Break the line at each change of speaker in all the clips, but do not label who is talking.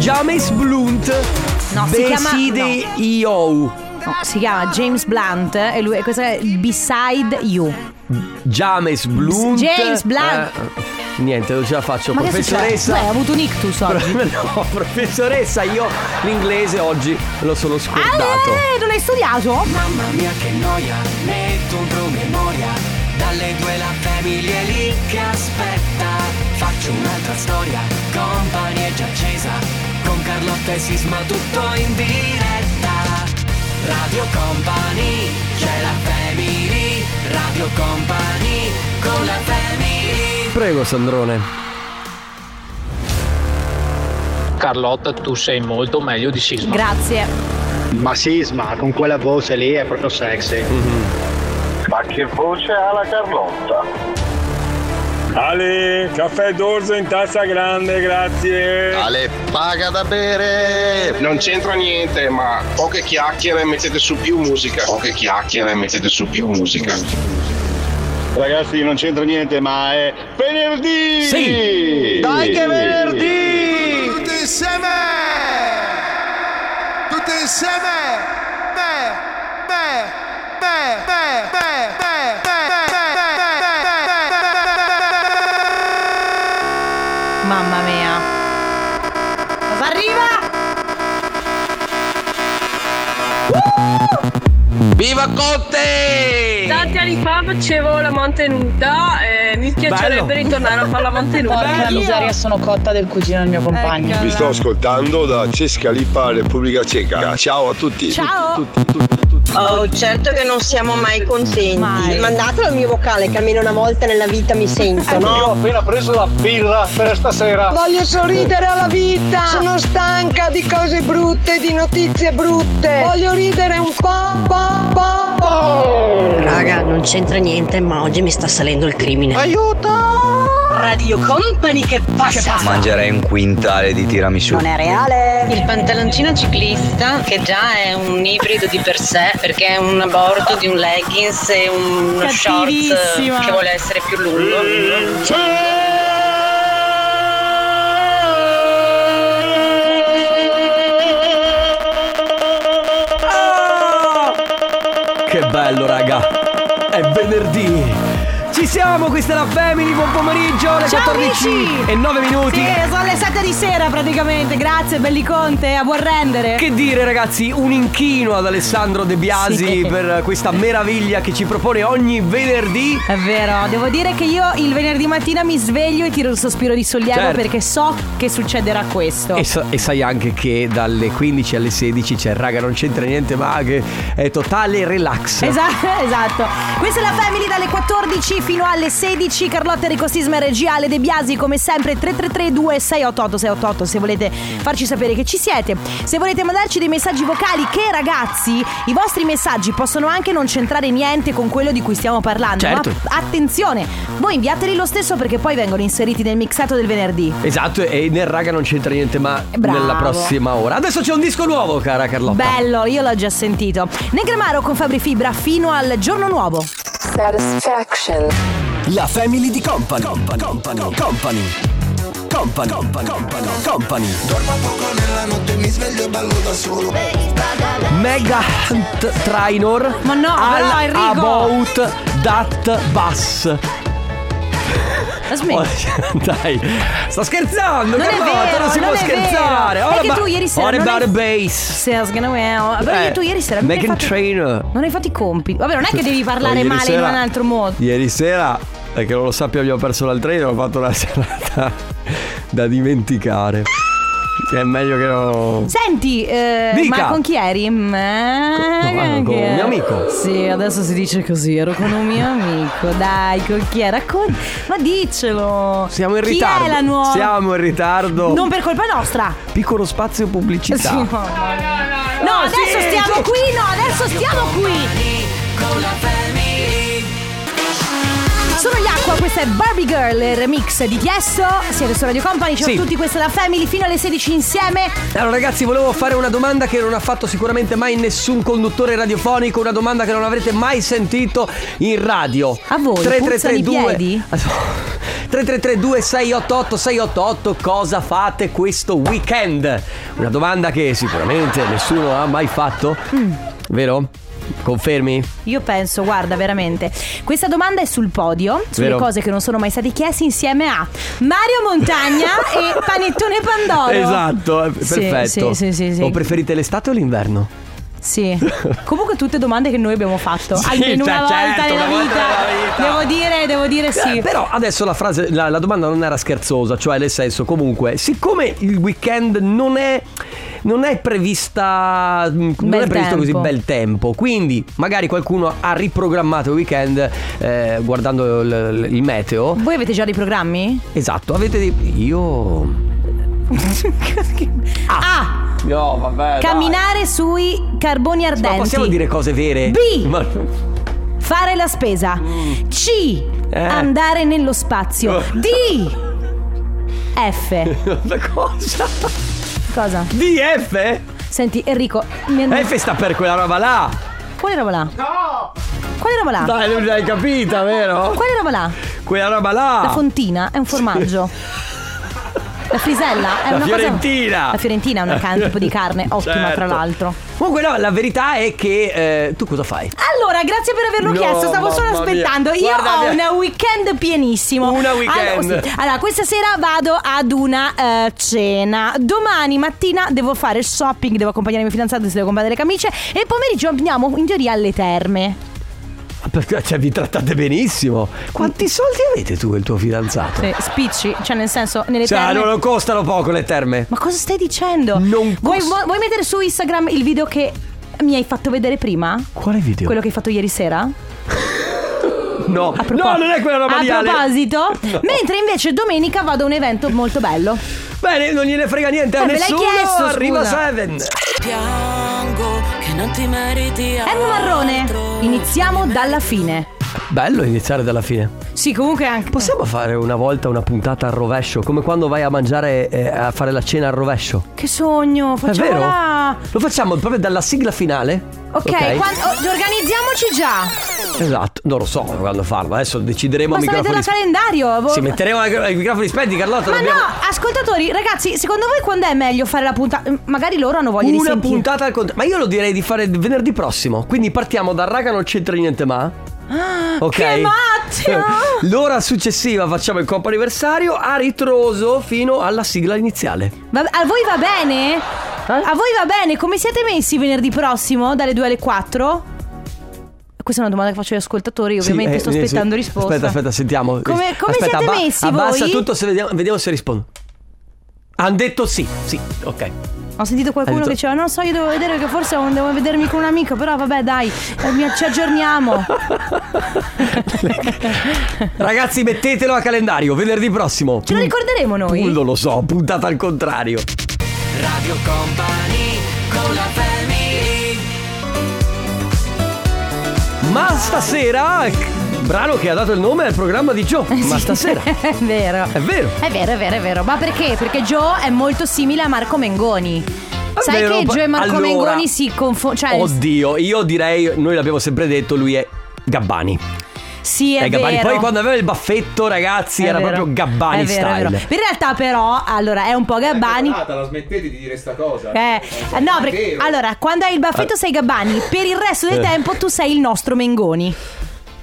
James Blunt
No, si chiama-
Beside Io
No, Oh, si chiama James Blunt e lui, e questo è Beside You.
James Blunt
James Blunt.
Eh, Niente, non ce la faccio
Ma che succede? Tu
Professoressa
hai avuto un ictus oggi.
No, professoressa, io l'inglese oggi lo sono scordato
Ah, eh, non l'hai studiato?
Mamma mia che noia, metto un promemoria. Dalle due la famiglia è lì che aspetta. Faccio un'altra storia, company è già accesa. Con Carlotta e Sisma tutto in diretta. Radio Company, c'è la family. Radio Company, con la family.
Prego Sandrone
Carlotta, tu sei molto meglio di Sisma.
Grazie.
Ma Sisma, con quella voce lì è proprio sexy.
Ma che voce ha la Carlotta?
Ale, caffè d'orzo in tazza grande, grazie.
Ale, paga da bere! Non c'entra niente, ma poche chiacchiere mettete su più musica. Poche chiacchiere mettete su più musica.
Ragazzi, non c'entra niente, ma è venerdì!
Sì!
Dai che venerdì!
Tutti insieme! Tutti insieme! Beh, beh, beh, beh, beh, beh, beh, beh, beh, beh, beh, beh, beh,
Mamma mia. Cosa Arriva!
Viva Conte!
Tanti anni fa facevo la mantenuta e mi piacerebbe
Bello.
ritornare a fare la mantenuta.
miseria sono cotta del cugino del mio compagno.
Eccola.
Vi sto ascoltando da Cesca Lipa, Repubblica Ceca. Ciao a tutti.
Ciao!
Oh, certo che non siamo mai contenti.
Mai.
Mandatelo il mio vocale che almeno una volta nella vita mi sento, no?
Ho appena preso la birra per stasera.
Voglio sorridere alla vita. Sono stanca di cose brutte, di notizie brutte. Voglio ridere un po', po', po', po'. Raga, non c'entra niente, ma oggi mi sta salendo il crimine. Aiuto! Radio Company che passa.
Mangerei un quintale di tiramisù.
è reale.
Il pantaloncino ciclista, che già è un ibrido di per sé, perché è un aborto di un leggings e uno short
Cattivissima.
che vuole essere più lungo.
Che bello, raga! È venerdì! Ci siamo, questa è la Family, buon pomeriggio, alle
Ciao,
14
amici!
e 9 minuti.
Sì, sono le 7 di sera praticamente. Grazie, belli Conte, a buon rendere.
Che dire ragazzi, un inchino ad Alessandro De Biasi
Sì.
per questa meraviglia che ci propone ogni venerdì.
È vero, devo dire che io il venerdì mattina mi sveglio e tiro il sospiro di sollievo
Certo.
perché so che succederà questo.
E, sa- e sai anche che dalle 15 alle 16 c'è raga non c'entra niente ma che è totale relax.
Esatto, esatto. Questa è la Family dalle 14 fino alle 16. Carlotta Enrico Sisma e regia Ale De Biasi, come sempre 333 2688 688 se volete farci sapere che ci siete. Se volete mandarci dei messaggi vocali che ragazzi, i vostri messaggi possono anche non c'entrare niente con quello di cui stiamo parlando,
Certo.
ma attenzione, voi inviateli lo stesso perché poi vengono inseriti nel mixato del venerdì.
Esatto, e nel raga non c'entra niente ma
Bravo.
nella prossima ora. Adesso c'è un disco nuovo, cara Carlotta.
Bello, io l'ho già sentito. Negramaro con Fabri Fibra fino al giorno nuovo.
Satisfaction.
La family di Company. Company. Company. Company. Company. Company. Company. Mega Hunt Trainor.
Ma no,
All
però, Enrico.
About That Bus. Oh,
La smetti.
Dai, sto scherzando,
Non è
Carlotta,
vero,
non si
non
può
è vero.
scherzare.
È
All
che
about-
tu ieri sera
All
non
about
hai-
a bass.
Se was gonna well. Però
Eh,
io tu ieri sera non
Meghan
hai fatto-
Trainor.
Non hai fatto i compiti. Vabbè, non è che devi parlare
Oh, ieri
male
sera-
in un altro modo.
Ieri sera, perché non lo sappia, abbiamo perso l'al train. Ho fatto una serata da dimenticare. È meglio che non.
Senti, eh,
Dica.
ma con chi eri? Ma-
Con- no, con
chi
un
è?
mio amico.
eh, Sì, adesso si dice così, ero con un mio amico. Dai, con chi era? Con... Ma dicelo.
Siamo in
Chi
ritardo.
è la nuova?
Siamo in ritardo.
Non per colpa nostra.
Piccolo spazio pubblicità.
Sì, no. No, adesso
sì,
stiamo
sì.
qui, no, adesso stiamo qui.
Con la family.
Sono gli acqua, questa è Barbie Girl, il remix di Tiesto. Siete su Radio Company, ciao
Sì.
a tutti, questa è la Family fino alle 16 insieme.
Allora ragazzi volevo fare una domanda che non ha fatto sicuramente mai nessun conduttore radiofonico, una domanda che non avrete mai sentito in radio. A voi?
puzzano i piedi?
3332 688 688 cosa fate questo weekend? Una domanda che sicuramente nessuno ha mai fatto,
Mm.
vero? Confermi?
Io penso, guarda, veramente. Questa domanda è sul podio, sulle
Vero.
cose che non sono mai state chieste insieme a Mario Montagna e Panettone Pandoro.
Esatto, eh,
Sì,
perfetto.
Sì, sì, sì, sì.
O preferite l'estate o l'inverno?
Sì. Comunque tutte domande che noi abbiamo fatto.
Sì,
almeno
cioè,
una volta
certo,
nella
una volta
vita.
nella vita.
Devo dire, devo dire sì.
Eh, però adesso la frase, la, la domanda non era scherzosa, cioè nel senso comunque, siccome il weekend non è, non è prevista, mm, non è
Bel
previsto così
tempo.
bel tempo, quindi magari qualcuno ha riprogrammato il weekend eh, guardando il, il meteo.
Voi avete già dei programmi?
Esatto, avete dei... Io... Ah.
A.
No, vabbè.
Ah, Camminare sui carboni
dai. Ma
ardenti.
possiamo dire cose vere?
B.
Ma-
Fare la spesa. C.
Eh. Oh.
Andare nello spazio. D. F.
Ma cosa?
Cosa?
DF?
Senti, Enrico, mi hanno-
F sta per quella roba là.
quale roba là? No! Quale roba là?
Dai, non l'hai capita, vero?
Quale roba là?
Quella roba là.
La fontina è un formaggio. La frisella è
La
una cosa-
fiorentina.
La fiorentina è una can- tipo di carne ottima,
Ah. Certo.
tra l'altro.
Comunque no, la verità è che eh, tu cosa fai?
Allora, grazie per averlo
No,
chiesto, stavo solo
mamma mia.
aspettando. Io
Guarda,
ho
mi-
un weekend pienissimo.
Una weekend.
Allora, sì. Allora, questa sera vado ad una eh, cena. Domani mattina devo fare shopping, devo accompagnare mio fidanzato, si devo comprare le camicie. E il pomeriggio andiamo in teoria alle terme.
Ma Perché cioè, vi trattate benissimo. Quanti soldi avete tu e il tuo fidanzato?
Sì, spicci, cioè nel senso, nelle
Cioè,
terme.
non non costano poco le terme.
Ma cosa stai dicendo? vuoi, vuoi- vuoi mettere su Instagram il video che mi hai fatto vedere prima?
Quale video?
Quello che hai fatto ieri sera?
No, no, non è quella roba
A
di Ale.
proposito,
No.
mentre invece domenica vado a un evento molto bello.
Bene, non gliene frega niente a
Eh, me l'hai
nessuno.
chiesto,
arriva
scusa.
Seven.
Piango che non ti meriti
Ermo Marrone, iniziamo dalla fine.
Bello iniziare dalla fine.
Sì, comunque anche.
Possiamo fare una volta una puntata al rovescio, come quando vai a mangiare eh, a fare la cena al rovescio.
Che sogno,
è vero?
facciamola.
Lo facciamo proprio dalla sigla finale.
Ok, quan- oh, organizziamoci già.
Esatto, non lo so quando farlo, adesso decideremo a
Basta vedere
microfoni
il calendario. Vo-
Sì, metteremo anche i microfoni spenti, Carlotta.
Ma
dobbiamo-
no, ascoltatori, ragazzi, secondo voi quando è meglio fare la puntata? Magari loro hanno voglia di
Una
sentire.
puntata al contrario. Ma io lo direi di fare venerdì prossimo. Quindi partiamo da raga non c'entra niente ma.
Ah,
Ok.
Che matti!
L'ora successiva facciamo il coppa anniversario a ritroso fino alla sigla iniziale.
Va- a voi va bene?
Eh?
A voi va bene? Come siete messi venerdì prossimo dalle 2 alle 4? Questa è una domanda che faccio agli ascoltatori, ovviamente
Sì, eh,
sto
eh,
aspettando
sì.
risposta.
Aspetta, aspetta, sentiamo.
Come- come
aspetta,
siete messi
abbassa
voi?
tutto se vediamo, vediamo se rispondo. Hanno detto sì, sì, ok.
Ho sentito
Hai
qualcuno
detto-
che diceva "Non so, io devo vedere che forse devo vedermi con un amico, però vabbè, dai, eh, mi- ci aggiorniamo".
Ragazzi, mettetelo a calendario, venerdì prossimo.
Ce lo ricorderemo noi.
Non lo so, puntata al contrario.
Radio Company con la family
Ma stasera, brano che ha dato il nome al programma di Joe.
Eh,
Ma stasera.
è vero.
È vero.
È vero, è vero, è vero. Ma perché? Perché Joe è molto simile a Marco Mengoni. Sai
vero,
che
ma-
Joe e Marco
allora-
Mengoni si confondono, cioè
Oddio, io direi, noi l'abbiamo sempre detto, lui è Gabbani.
Sì, è,
È Eh, Gabbani.
vero.
Poi quando aveva il baffetto, ragazzi,
È
era
vero.
proprio Gabbani
È vero, è
style.
vero. In realtà, però, allora è un po' Gabbani.
La smettete di dire sta cosa.
Eh, no, perché allora, quando hai il baffetto
Ah.
sei Gabbani, per il resto del
Eh.
tempo tu sei il nostro Mengoni.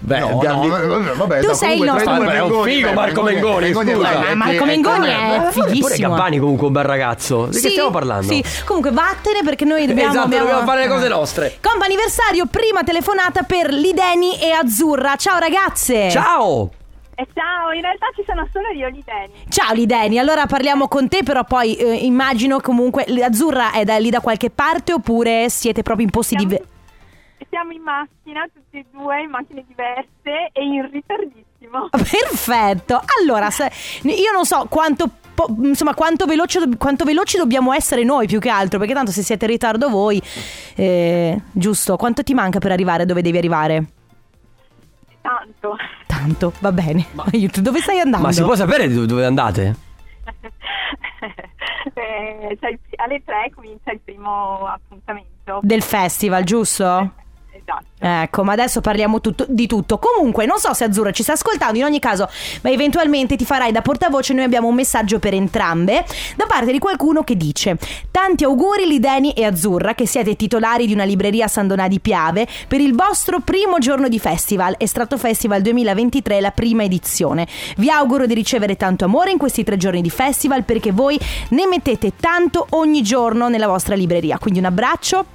Beh,
no,
vabbè,
Tu sei il nostro-
Vabbè, è un figo Marco Mengoni, scusa.
Ma Marco Mengoni
Ma
è
pure- Pure
Eh, fighissimo.
Gabbani comunque un bel ragazzo. Di che
Sì,
stiamo parlando? Eh,
Sì, comunque vattene perché noi dobbiamo,
esatto,
abbiamo- Eh.
dobbiamo fare le cose nostre.
Compa anniversario, prima telefonata per Lideni e Azzurra. Ciao ragazze!
Ciao!
E ciao, in realtà ci sono solo io lì dentro.
Ciao Lideni, allora parliamo con te, però poi eh, immagino comunque Azzurra è da lì da qualche parte oppure siete proprio in posti diversi?
Siamo in macchina, tutti e due, in macchine diverse e in ritardissimo.
Perfetto. Allora, se- io non so quanto. po- Insomma, quanto, veloce, quanto veloci dobbiamo essere noi più che altro? Perché tanto se siete in ritardo voi, eh, giusto? Quanto ti manca per arrivare dove devi arrivare?
Tanto.
Tanto, va bene. Aiuto, dove stai andando?
Ma si può sapere di- dove andate?
Eh, cioè, il pri- alle tre comincia il primo appuntamento.
Del festival, giusto?
Esatto.
Ecco, ma adesso parliamo tutto- di tutto. Comunque, non so se Azzurra ci sta ascoltando, in ogni caso, ma eventualmente ti farai da portavoce. Noi abbiamo un messaggio per entrambe da parte di qualcuno che dice: Tanti auguri, Lideni e Azzurra, che siete titolari di una libreria a San Donà di Piave per il vostro primo giorno di festival, Estratto Festival 2023, la prima edizione. Vi auguro di ricevere tanto amore in questi tre giorni di festival perché voi ne mettete tanto ogni giorno nella vostra libreria. Quindi un abbraccio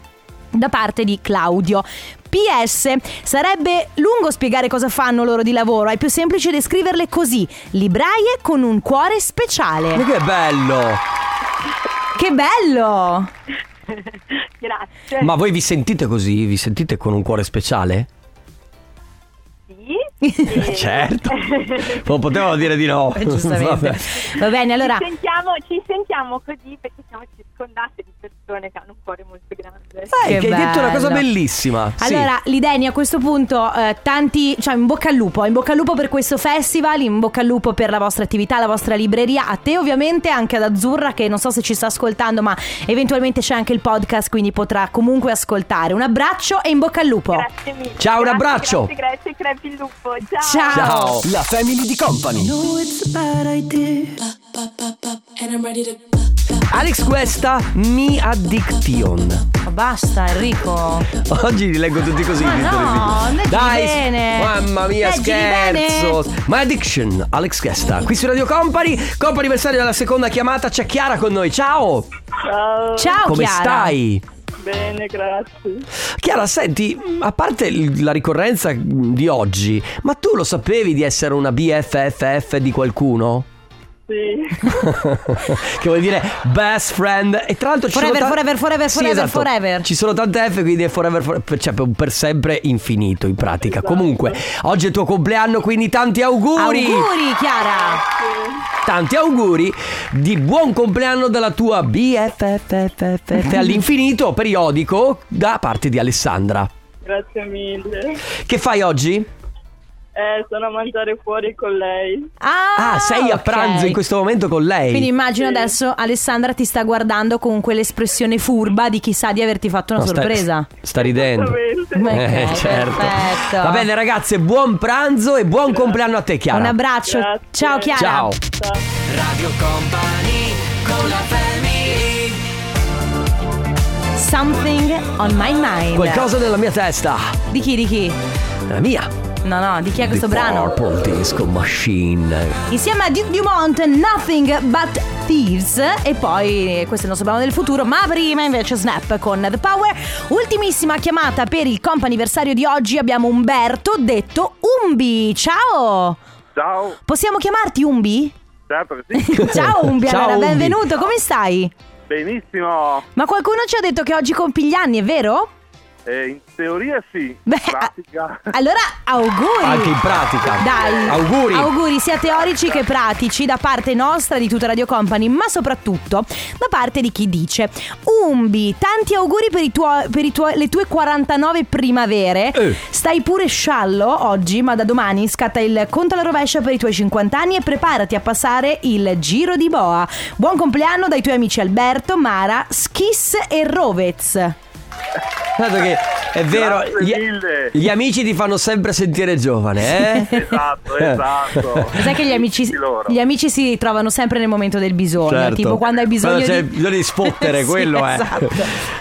da parte di Claudio. PS, sarebbe lungo spiegare cosa fanno loro di lavoro, è più semplice descriverle così, libraie con un cuore speciale.
Ma che bello!
Che bello!
Grazie.
Ma voi vi sentite così? Vi sentite con un cuore speciale?
Eh,
Sì.
Certo. Non potevamo dire di no.
Giustamente. Va bene, allora...
Ci sentiamo, ci sentiamo così perché siamo circondate di persone che hanno un cuore molto grande.
Sai che, hai detto una cosa
bello.
bellissima. Sì.
Allora, Lideni, a questo punto, eh, tanti, cioè in bocca al lupo, in bocca al lupo per questo festival, in bocca al lupo per la vostra attività, la vostra libreria, a te ovviamente, anche ad Azzurra che non so se ci sta ascoltando, ma eventualmente c'è anche il podcast, quindi potrà comunque ascoltare. Un abbraccio e in bocca al lupo.
Grazie mille.
Ciao, un
Grazie,
abbraccio.
Grazie, grazie, crepi il lupo.
Ciao. Ciao.
La family di company.
know it's a bad idea. Ba, ba, ba, ba, and I'm ready to.
Alex Questa, mi addiction.
Basta Enrico.
Oggi li leggo tutti così.
Ma
i titoli.
no, leggili
Dai,
bene.
mamma mia,
Leggili
scherzo.
bene.
My Addiction, Alex Questa. Qui su Radio Company, compo anniversario della seconda chiamata. C'è Chiara con noi. Ciao.
Ciao.
Ciao
Come
Chiara.
stai?
Bene, grazie.
Chiara, senti, a parte l- la ricorrenza di oggi, ma tu lo sapevi di essere una BFFF di qualcuno?
Sì.
che vuol dire best friend e tra l'altro ci
Forever,
sono tan-
forever, forever,
Sì,
forever,
esatto.
forever.
ci sono tante F quindi è forever, forever cioè per- per sempre infinito in pratica comunque oggi è il tuo compleanno quindi tanti auguri
Esatto. Auguri Chiara.
tanti auguri di buon compleanno dalla tua BFFFF all'infinito periodico da parte di Alessandra
Grazie mille.
che fai oggi?
Eh, sono a mangiare fuori con lei.
Ah,
Ah, sei a
ok.
pranzo in questo momento con lei
Quindi immagino adesso Alessandra ti sta guardando con quell'espressione furba di chi sa di averti fatto una
No, sta-
sorpresa.
Sta, ridendo.
Ma
Eh,
ok,
certo.
perfetto.
Va bene, ragazze, buon pranzo e buon compleanno a te, Chiara.
Un abbraccio. Ciao Chiara.
Ciao.
Radio Company con la family
Something on my mind.
Qualcosa nella mia testa.
Di chi? Di chi?
Nella mia.
No, no, di chi è questo
The
brano?
Purple Disco Machine.
Insieme a Duke Dumont, Nothing But Thieves. E poi eh, questo è il nostro brano del futuro. Ma prima invece Snap con The Power. Ultimissima chiamata per il comp'anniversario di oggi. Abbiamo Umberto, detto Umbi. Ciao.
Ciao,
Possiamo chiamarti Umbi?
certo che sì.
Ciao Umbi,
Ciao,
allora,
Umbi.
benvenuto, come stai?
Benissimo.
Ma qualcuno ci ha detto che oggi compi gli anni, è vero?
Eh, in teoria sì.
Beh,
in pratica.
Allora, auguri!
Anche in pratica.
Dai,
Auguri.
auguri sia teorici che pratici da parte nostra di tutta Radio Company, ma soprattutto da parte di chi dice Umbi, tanti auguri per, i tuo- per i tuo- le tue 49 primavere.
Eh.
Stai pure sciallo oggi, ma da domani scatta il conto alla rovescia per i tuoi 50 anni e preparati a passare il giro di boa. Buon compleanno dai tuoi amici Alberto, Mara, Schiss e Rovez.
Guarda che è vero, gli, gli amici ti fanno sempre sentire giovane, eh?
esatto, esatto.
Sai che gli amici, gli amici si trovano sempre nel momento del bisogno,
Certo.
tipo quando hai bisogno
Quando c'è
di...
bisogno di sfottere,
Sì,
quello è.
esatto.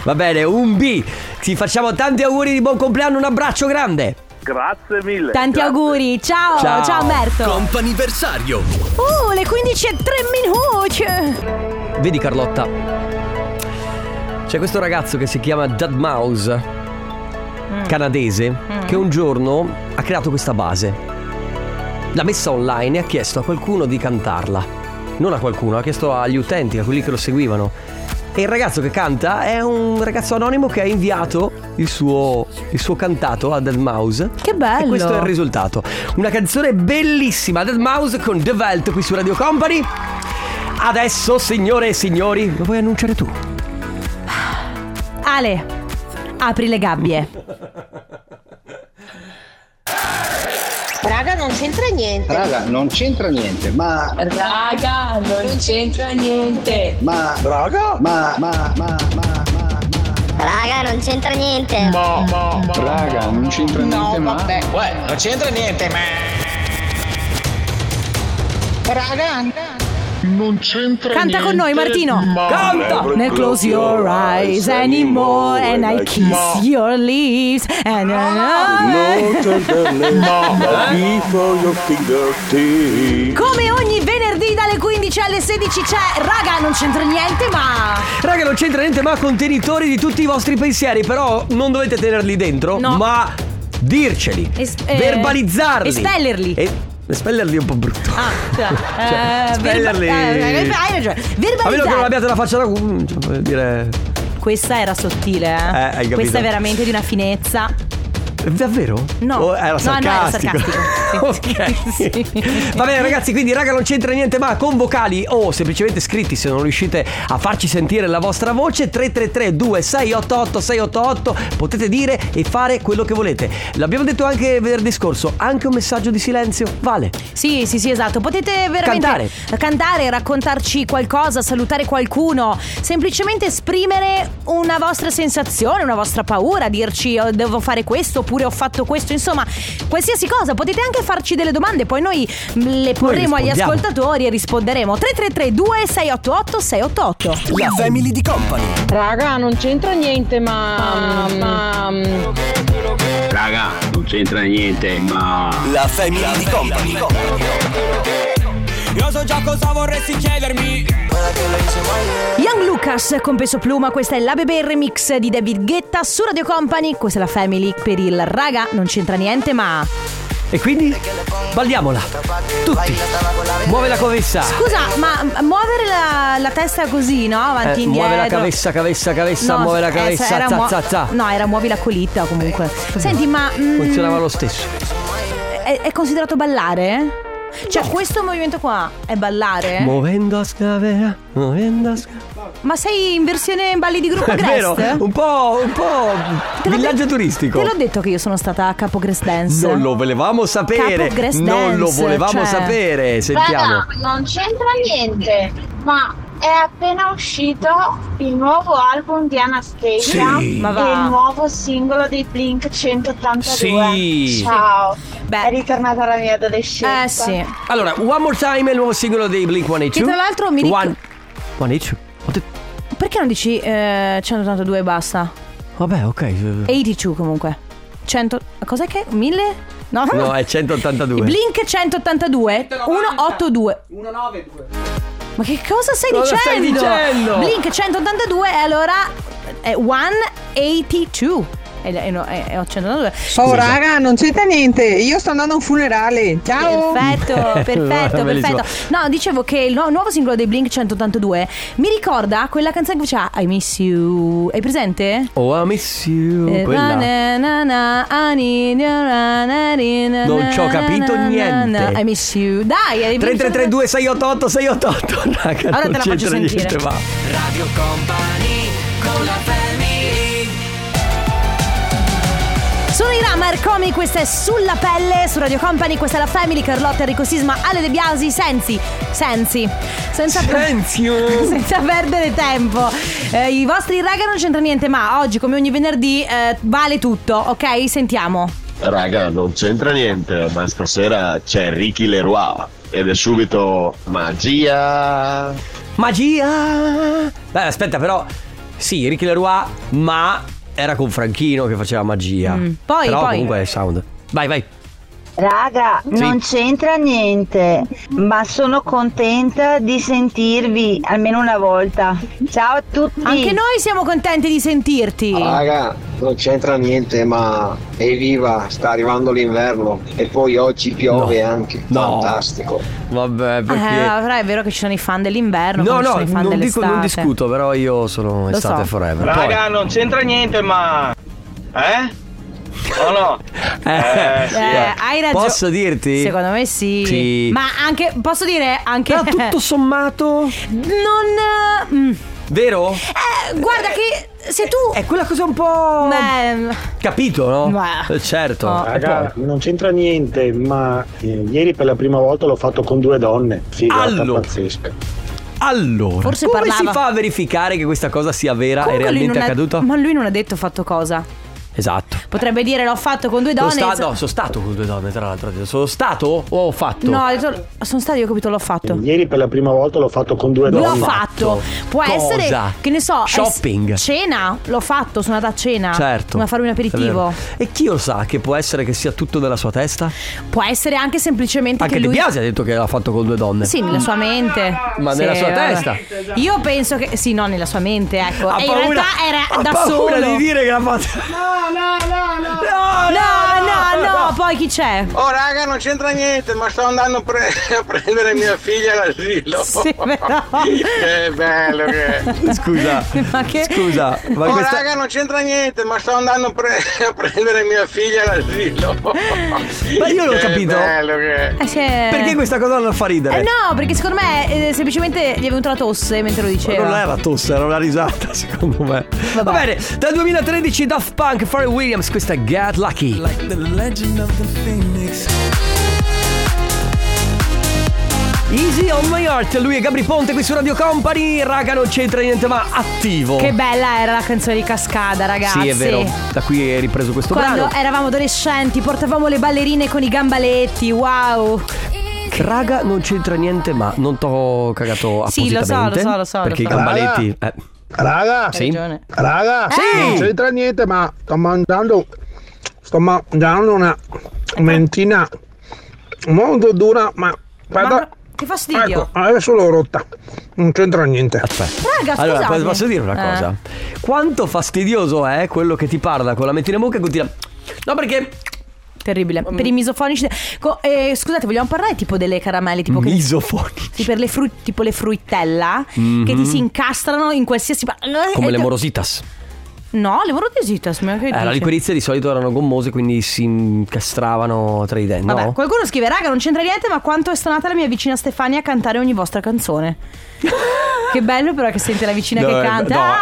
Va bene, un B. Ti facciamo tanti auguri di buon compleanno, un abbraccio grande.
Grazie mille.
Tanti auguri, ciao, ciao,
Ciao.
Umberto.
Comp'anniversario.
Uh, le 15 e 3 minuti.
Vedi Carlotta, c'è questo ragazzo che si chiama Mouse, Mm. canadese, che un giorno ha creato questa base. L'ha messa online e ha chiesto a qualcuno di cantarla. Non a qualcuno, ha chiesto agli utenti, a quelli che lo seguivano. E il ragazzo che canta è un ragazzo anonimo che ha inviato il suo, il suo cantato a Mouse.
Che bello.
E questo è il risultato. Una canzone bellissima, Dead Mouse con The Velt qui su Radio Company. Adesso, signore e signori, lo puoi annunciare tu.
Ale, apri le gabbie.
Eh, Raga, non c'entra niente.
Raga, non c'entra niente, ma.
Raga, non c'entra niente.
Ma. Raga? Ma, ma, ma, ma.
Raga, non c'entra niente.
Ma, ma, ma. Raga, non c'entra niente, ma.
non c'entra niente, ma.
Raga, non c'entra
Canta con noi Martino
Canta
Nel close your eyes anymore And I kiss your lips Eh, And eh.
No tenderness
Eh?
Before your fingertips
Come ogni venerdì dalle 15 alle 16 c'è Raga non c'entra niente ma
Raga, non c'entra niente, ma contenitori di tutti i vostri pensieri. Però non dovete tenerli dentro,
No.
ma dirceli,
Es- eh,
verbalizzarli,
espellerli.
E- espellerli è un po' brutto.
Ah, cioè, eh,
espellerli.
verba- eh, Hai ragione
A meno che non
Verbalizzare
abbiate la faccia da. mm, cioè, voglio dire.
Questa era sottile eh.
Eh, hai capito.
Questa è veramente di una finezza
Davvero?
No
Oh, era
No, no era
sarcastico.
sarcastico
Ok. Va bene ragazzi, quindi raga non c'entra niente ma con vocali o semplicemente scritti se non riuscite a farci sentire la vostra voce 333 2688 688 potete dire e fare quello che volete. L'abbiamo detto anche venerdì scorso, anche un messaggio di silenzio vale.
Sì, sì, sì, esatto. Potete veramente
Cantare.
cantare, raccontarci qualcosa, salutare qualcuno, semplicemente esprimere una vostra sensazione, una vostra paura, dirci "Oh, devo fare questo oppure ho fatto questo, insomma, qualsiasi cosa. Potete anche farci delle domande, poi noi mh, le porremo agli
rispondiamo.
ascoltatori e risponderemo. 333 2688 688.
La family di company.
Raga, non c'entra niente, ma. ma.
Raga, non c'entra niente, ma.
La family di company.
Io so già cosa vorresti chiedermi.
Young Lucas con Peso Pluma, questa è la Bebe il remix di David Guetta su Radio Company, questa è la Family per il raga, non c'entra niente ma...
E quindi balliamola. Tutti. Muove la covessa.
Scusa, ma muovere la, la testa così, no? Avanti e
Eh,
indietro.
muove la cavessa, cavessa, cavessa,
No,
muove la
eh,
cavessa,
era
za,
muo-
za, za. Eh,
No, era muovi la colita comunque. Senti, ma mm,
Funzionava lo stesso.
è, è considerato ballare? Cioè, questo movimento qua è ballare?
Muovendo a scavera, muovendo a scavera.
ma sei in versione balli di gruppo
È
Crest?
vero, un po', un po' villaggio turistico.
Te l'ho detto che io sono stata a capo Grass Dance.
Non lo volevamo sapere.
Capo Grass
Non lo
Dance,
volevamo
cioè.
sapere. Sentiamo.
non c'entra niente, ma è appena uscito il nuovo album di Anastasia
Sì. Ma
e
Eh,
va.
il nuovo singolo dei Blink 182.
Sì.
Ciao. È ritornata la mia adolescenza. Eh sì.
Allora, One More Time è il nuovo singolo dei Blink 182.
Che tra l'altro mi ric-
One, 182. Ho detto-
Perché non dici eh, 182 e basta?
Vabbè, ok.
82 comunque. 100. Cos'è che? 1000? No,
No, è 182.
Blink 182 182 Ma che cosa stai
Cosa
dicendo?
stai dicendo?
Blink 182 e allora è 182 E- e no, è, è 182
Oh
Sì.
raga, non c'entra niente. Io sto andando a un funerale. Ciao.
Perfetto, perfetto,
Bellissimo.
perfetto. No, dicevo che il nu- nuovo singolo dei Blink 182 mi ricorda quella canzone che faceva I Miss You. Hai presente?
Oh, I miss you.
Eh,
quella.
na, na, na, na, ani, na, na, na, ni, na,
Non
na,
ci ho capito
na, na,
niente.
na, I miss you. Dai, hai vinto-
3332 688 688 Raga,
Allora
non
te la
c'entra
faccio sentire.
niente, va.
Radio Company con la family.
Sono i Ramar Comi, questa è sulla pelle su Radio Company, questa è la Family Carlotta Enrico Sisma, Ale De Biasi, Sensi, Sensi. Senza
Senzio.
senza perdere tempo. Eh, I vostri raga non c'entra niente, ma oggi come ogni venerdì eh, vale tutto, ok? Sentiamo.
Raga, non c'entra niente, ma stasera c'è Ricky Leroy ed è subito magia.
Magia. Beh, aspetta, però. Sì, Ricky Leroy, ma era con Franchino che faceva magia.
Mm.
poi-
però
poi.
comunque è sound. Vai, vai.
Raga,
Sì.
non c'entra niente, ma sono contenta di sentirvi almeno una volta. Ciao a tutti.
Anche noi siamo contenti di sentirti.
Ah,
Raga, non c'entra niente, ma evviva, sta arrivando l'inverno e poi oggi piove anche. Fantastico.
Vabbè,
Eh, però è vero che ci sono i fan dell'inverno,
ecco No,
come ci
no,
sono i fan
non, dico,
dell'estate.
non discuto, però io sono
Lo
estate
so.
forever.
Raga, non c'entra niente, ma. Eh? O no?
Poi-
Eh,
Eh, hai ragione.
Posso dirti?
Secondo me sì.
Sì.
Ma anche, posso dire anche.
Però tutto sommato.
Non. eh, mm.
Vero?
Eh, guarda che se tu.
È quella cosa un po'. Capito, no?
Ma-
Eh, Certo.
No,
Oh.
E
raga,
poi-
non c'entra niente, ma eh, ieri per la prima volta l'ho fatto con due donne. Figata
Allora.
pazzesca.
Allora,
Forse
come
parlava-
si fa a verificare che questa cosa sia vera
Comunque
e
lui
realmente
non ha-
accaduta?
Ma lui non ha detto fatto cosa.
Esatto.
Potrebbe dire l'ho fatto con due donne.
sono
e-
sta- no, sono stato con due donne, tra l'altro. ha detto. Sono stato o ho fatto?
No, ha detto- sono stato io ho capito l'ho fatto.
Ieri per la prima volta l'ho fatto con due
L'ho
donne.
fatto. Può
Cosa?
essere che ne so, es-
Shopping.
cena, l'ho fatto, sono andata a cena.
Certo.
Sono a fare un
È vero.
aperitivo.
E chi lo sa che può essere che sia tutto nella sua testa?
Può essere anche semplicemente
Anche
che
Di
lui
Biasi ha detto che l'ha fatto con due donne. Mm.
Sì, nella sua mente.
Ma
Sì,
nella sua
vabbè.
testa.
Io penso che. Sì, no, nella sua mente, ecco.
Ha
e in
paura-
realtà era
ha
da solo.
paura di dire che l'ha fatta.
No, no, no, no.
No, no, no, poi chi c'è?
Oh raga non c'entra niente ma sto andando a, pre- a prendere mia figlia all'asilo
Sì, però.
Che bello che è.
Scusa.
Ma che.
Scusa, ma
oh
questa.
raga non c'entra niente ma sto andando a, pre- a prendere mia figlia all'asilo
Ma io non ho
Che
capito.
bello che è.
Eh, sì, eh.
Perché questa cosa non la fa ridere?
Eh no, perché secondo me eh, semplicemente gli è venuta la tosse mentre lo
Ma
diceva.
Non era tosse, era una risata, secondo me. Va bene, dal 2013 Daft Punk, Pharrell Williams, questa è Get Lucky. Easy on my heart, lui è Gabri Ponte qui su Radio Company, raga non c'entra niente ma attivo.
Che bella era la canzone di Cascada, ragazzi.
Sì, è vero. Da qui è ripreso questo
Quando
brano.
eravamo adolescenti, portavamo le ballerine con i gambaletti, wow.
Raga non c'entra niente ma non t'ho cagato
Sì, lo so,
appositamente,
lo so, lo so, lo
Perché
so.
i gambaletti... eh.
Raga,
Sì?
raga,
Sì.
non c'entra niente, ma sto mangiando, sto mangiando una mentina molto dura, ma guarda,
Che fastidio.
ecco, adesso l'ho rotta, non c'entra niente.
Raga,
Allora,
scusate.
po- posso dire una
Eh.
cosa? Quanto fastidioso è quello che ti parla con la mentina in bocca e continua. No, perché.
Terribile. Per i misofonici. co- eh, scusate, vogliamo parlare tipo delle caramelle? Tipo
Mm.
che-
Misofonici.
Sì, per le fru- tipo le fruttella
Mhm.
che ti si incastrano in qualsiasi. eh,
Come le morositas.
No, le morotesitas. Ma che
Eh, la
dici?
liquirizia di solito erano gommose, quindi si incastravano tra i denti.
Vabbè,
No?
qualcuno scrive, raga, non c'entra niente, ma quanto è stonata la mia vicina Stefania a cantare ogni vostra canzone. che bello però che sente la vicina
No,
che
eh,
canta.
no.
Ah!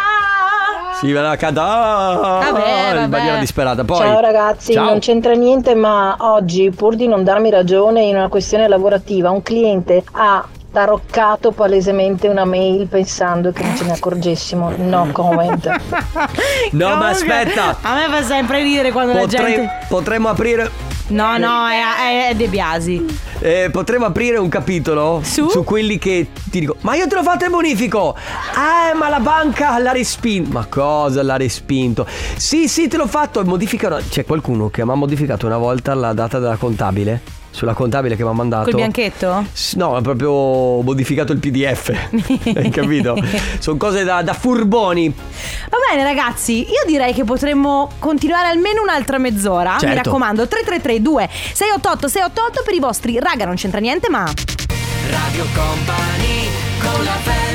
Sì, va la canta. Ah,
Vabbè, vabbè.
in maniera disperata. Poi,
Ciao ragazzi,
Ciao.
non c'entra niente, ma oggi, pur di non darmi ragione in una questione lavorativa, un cliente ha taroccato palesemente una mail pensando che non ce ne accorgessimo. No comment.
No, ma
Comunque,
aspetta.
A me fa sempre ridere quando la
Potre-
gente...
Potremmo aprire.
No, no, è, è, è De Biasi.
eh, potremmo aprire un capitolo su? quelli che ti dico. Ma io te l'ho fatto il bonifico! Eh, ma la banca l'ha respinto. Ma cosa l'ha respinto? Sì, sì, te l'ho fatto. Modificano. C'è qualcuno che mi ha modificato una volta la data della contabile. Sulla contabile che mi ha mandato.
Col bianchetto?
S- No, ha proprio modificato il PDF. Hai capito? Sono cose da, da furboni.
Eh. Va bene ragazzi, io direi che potremmo continuare almeno un'altra mezz'ora. Mi
Certo.
raccomando, 3332 688 688 per i vostri... Raga, non c'entra niente, ma...
Radio Company con la family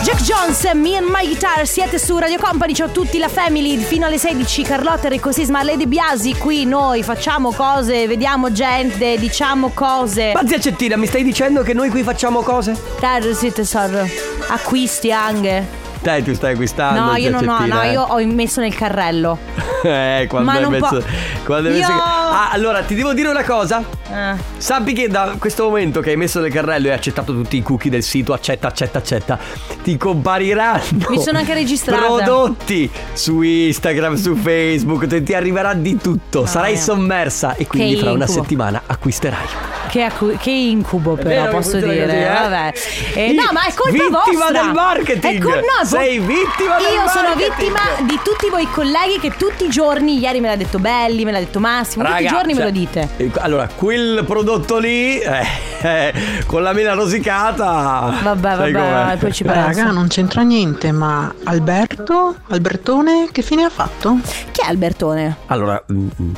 Jack Jones, Me and My Guitar, siete su Radio Company, ciao a tutti, la family, fino alle 16, Carlotta, Enrico Sisma, Lady Biasi, qui noi facciamo cose, vediamo gente, diciamo cose.
Ma zia Cettina, mi stai dicendo che noi qui facciamo cose?
Dai, sì tesoro, acquisti anche.
Dai, tu stai acquistando.
no,
zia
io non ho,
Cettina,
no,
eh.
io ho messo nel carrello.
Eh, quando
Ma
hai
non
messo.
può-
quando hai
Io-
messo- Ah, allora ti devo dire una cosa.
Eh.
Sappi che da questo momento che hai messo nel carrello e hai accettato tutti i cookie del sito, accetta, accetta, accetta, ti compariranno.
Mi sono anche registrata.
Prodotti su Instagram, su Facebook, te- ti arriverà di tutto. Sarai
mia.
sommersa e quindi
Ah, eh. Che
fra una
incubo.
settimana acquisterai.
Che, acu- che incubo
vero
però,
che
posso
funziona
dire.
così, eh?
Vabbè. Eh, no, ma è colpa
Vittima
vostra.
del marketing.
È col- no, è
Sei vittima del
Io sono
marketing.
vittima di tutti voi colleghi che tutti i giorni, ieri me l'ha detto Belli, me l'ha detto Massimo, tutti i
Raga,
giorni me
cioè,
lo dite.
eh, Allora, quel prodotto lì, eh, eh, con la mela rosicata.
Vabbè,
sai com'è.
Raga, non c'entra niente, ma Alberto, Albertone, che fine ha fatto?
Chi è Albertone?
Allora, mm, mm,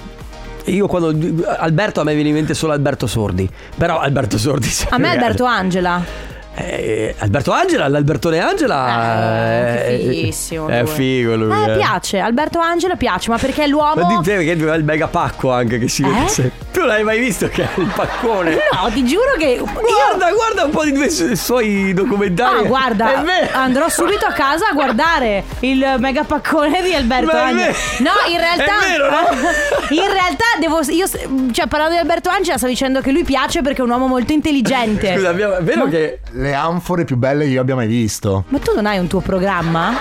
io quando. Alberto a me viene in mente solo Alberto Sordi. Però Alberto Sordi.
A me Alberto Angela.
Eh, Alberto Angela, l'Albertone Angela.
che
eh,
fighissimo
È
lui.
figo lui.
Eh,
eh.
piace, Alberto Angelo piace, ma perché è l'uomo...
Ma di te che aveva il mega pacco anche che si vede.
Eh?
se- Tu l'hai mai visto che ha il paccone?
No, ti giuro che.
Guarda, guarda un po' di due su- suoi documentari.
Ah, guarda,
È vero.
andrò subito a casa a guardare il mega paccone di Alberto
Ma è
Angela.
vero.
No, in realtà.
È vero, no?
In realtà devo. Io, cioè, parlando di Alberto Angela, sto dicendo che lui piace perché è un uomo molto intelligente.
Scusa, abbiamo- è vero che le anfore più belle che io abbia mai visto.
Ma tu non hai un tuo programma?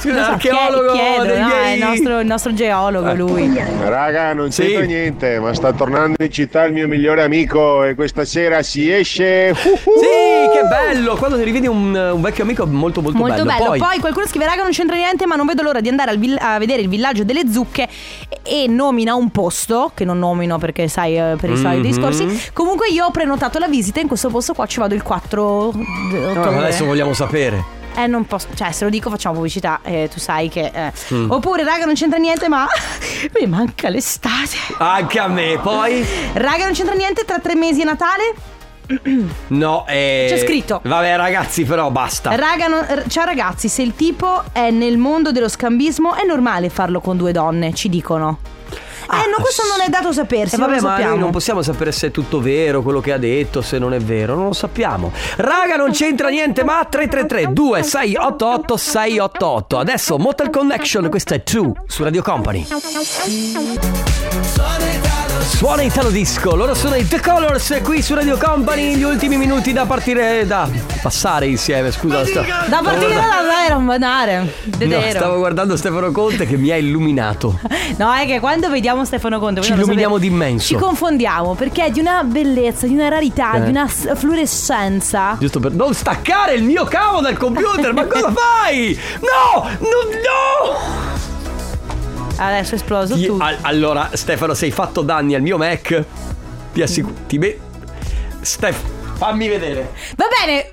Scusa,
Non so,
archeologo
chie- chiedo,
degli
no, è
gay.
il nostro, il nostro
Ecco.
geologo lui.
Raga, non c'entra niente, ma sta tornando in città il mio migliore amico e questa sera si esce.
Sì, che bello! Quando ti rivedi un, un vecchio amico molto molto,
Molto bello.
Poi,
Poi... qualcuno scriverà che non c'entra niente, ma non vedo l'ora di andare al vill- a vedere il villaggio delle zucche e nomina un posto, che non nomino perché sai eh, per i soliti
Mhm.
discorsi. Comunque io ho prenotato la visita in questo posto qua, ci vado il 4 d-
No,
ottobre.
adesso vogliamo sapere.
Eh, non posso, cioè, se lo dico facciamo pubblicità, eh, tu sai che. eh.
Mm.
Oppure, raga, non c'entra niente, ma mi manca l'estate.
Anche a me, poi.
Raga, non c'entra niente, tra tre mesi è Natale.
No, eh.
C'è scritto. Eh,
Vabbè, ragazzi, però basta.
Raga, non- r- ciao ragazzi, se il tipo è nel mondo dello scambismo è normale farlo con due donne, ci dicono. eh no, questo non è dato sapersi,
Ah, Eh, vabbè,
non lo
ma
sappiamo.
noi non possiamo sapere se è tutto vero quello che ha detto, se non è vero, non lo sappiamo. Raga, non c'entra niente, ma 333 2688 688. Adesso Motel Connection, questa è True su Radio Company. Suona Italo Disco, loro sono i The Colors qui su Radio Company, gli ultimi minuti da partire da passare insieme, scusa. sta-
Da
stavo
partire
guarda-
da dai, non banare.
No, stavo guardando Stefano Conte che mi ha illuminato.
No, è che quando vediamo Stefano Conte,
Ci
voi non lo
illuminiamo
sapete,
d'immenso.
Ci confondiamo perché è di una bellezza, di una rarità,
Eh.
di una s- fluorescenza.
Giusto per non staccare il mio cavo dal computer, ma cosa fai? No! No!
Adesso è esploso
no!
tutto.
Al- allora, Stefano, sei fatto danni al mio Mac? Ti assicuro.
Mm.
Ti be- Stef, fammi vedere.
Va bene.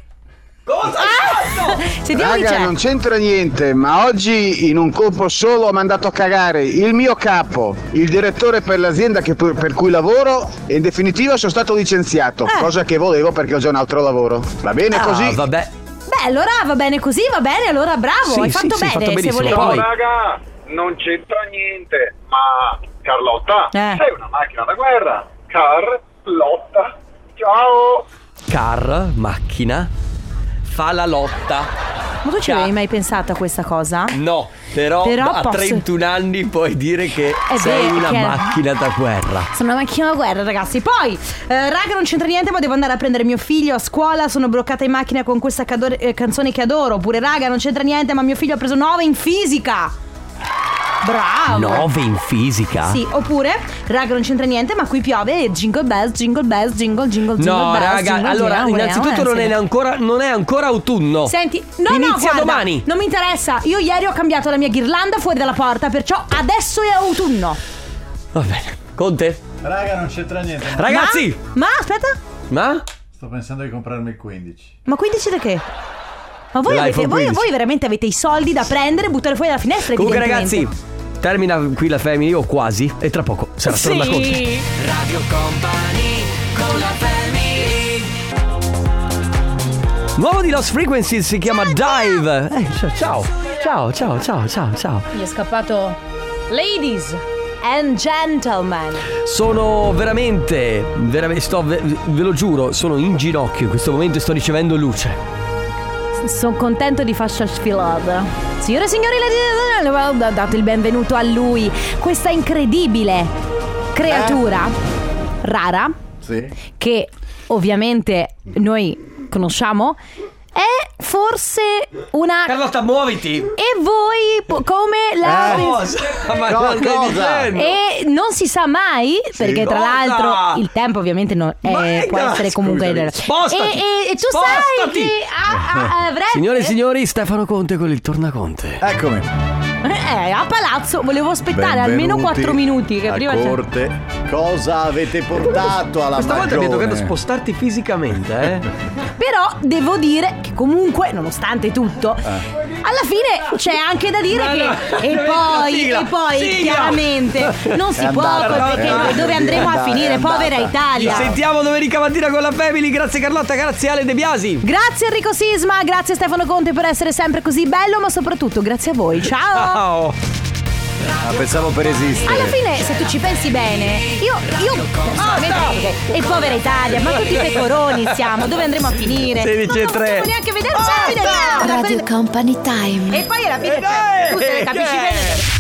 Cosa?
Ah! Sentiamo chi c'è.
non c'entra niente, ma oggi in un colpo solo ho mandato a cagare il mio capo, il direttore per l'azienda che- per cui lavoro e in definitiva sono stato licenziato,
Eh.
cosa che volevo perché ho già un altro lavoro. Va bene
Ah,
così?
Vabbè.
Beh, allora va bene così, va bene, allora bravo,
Sì,
Oh, hai
sì,
fatto
sì,
bene
fatto
se
benissimo.
volevi.
Ciao,
No, raga, non c'entra niente, ma Carlotta,
Eh.
sei una macchina da guerra. Carlotta, ciao.
Car, macchina, fa la lotta.
Ma tu ci avevi mai pensato a questa cosa?
No, però,
Però
a
posso- Eh
31 anni puoi dire che
È
sei
vero
una
che-
macchina da guerra.
Sono una macchina da guerra, ragazzi. Poi, eh, raga, non c'entra niente, ma devo andare a prendere mio figlio a scuola. Sono bloccata in macchina con questa cadore- eh, canzone che adoro. Oppure, raga, non c'entra niente, ma mio figlio ha preso 9 in fisica. Bravo.
9 in fisica?
Ah, Sì, oppure, raga, non c'entra niente, ma qui piove e jingle bells, jingle bells, jingle, jingle, jingle
No,
bells.
raga,
jingle
allora,
bells,
innanzitutto non è,
bells.
ancora, non è ancora autunno.
Senti, no, no,
Inizia
guarda,
domani.
Non mi interessa. Io ieri ho cambiato la mia ghirlanda fuori dalla porta, perciò adesso è autunno.
Va bene. Conte?
Raga, non c'entra niente. ma-
Ragazzi!
Ma aspetta,
Ma?
Sto pensando di comprarmi il 15.
ma 15 da che? Ma voi,
L'iPhone
avete, voi,
15.
voi veramente avete i soldi da prendere e buttare fuori dalla finestra?
Comunque,
evidentemente.
ragazzi, termina qui la family, o quasi, e tra poco sarà
Sì.
torna Conte.
Radio Company con la family
Nuovo di Lost Frequencies si chiama Dive. Eh, ciao, ciao, ciao, ciao, ciao, ciao, ciao.
Gli è scappato. Ladies and gentlemen.
Sono veramente, veramente, sto, ve, ve lo giuro, sono in ginocchio in questo momento e sto ricevendo luce.
Sono contento di farci sfilare. Signore e signori, ladies and gentlemen, date il benvenuto a lui. Questa incredibile creatura
Eh?
rara
Sì.
che ovviamente noi conosciamo è forse una
Carlotta, muoviti!
E voi po- come la
Eh. Cosa? Ma cosa stai dicendo?
E non si sa mai perché tra
Cosa?
l'altro il tempo ovviamente non è- può
dai,
essere comunque
scusami, spostati,
e, e- e tu sai
spostati.
che a, a, avrebbe
Signore e signori, Stefano Conte con il Tornaconte.
Eccomi.
Eh, a palazzo volevo aspettare almeno
Benvenuti
4 minuti che
a
prima c'è-
corte. Cosa avete portato alla
Questa volta mi
Magione?
è toccato spostarti fisicamente, eh? Eh.
Però devo dire che comunque nonostante tutto Alla fine c'è anche da dire
Ma
che.
no,
e,
no,
poi,
sigla,
e poi,
sigla.
chiaramente, non si
È
può
andata,
col
è
perché
andata,
noi dove
è
andremo a
andata, è
finire,
andata.
povera Italia.
Ci sentiamo domenica mattina con la Family. Grazie Carlotta, grazie Ale De Biasi.
Grazie Enrico Sisma, grazie Stefano Conte per essere sempre così bello, ma soprattutto grazie a voi. Ciao!
Ciao.
Ah, pensavo per esistere.
Alla fine, se tu ci pensi bene, io. io personalmente- e povera Italia, ma tutti pecoroni siamo, dove andremo a finire?
16 e
ma non
tre.
possiamo neanche vederci alla fine.
Radio Company Time.
E poi alla fine. cioè, Tu se ne capisci bene.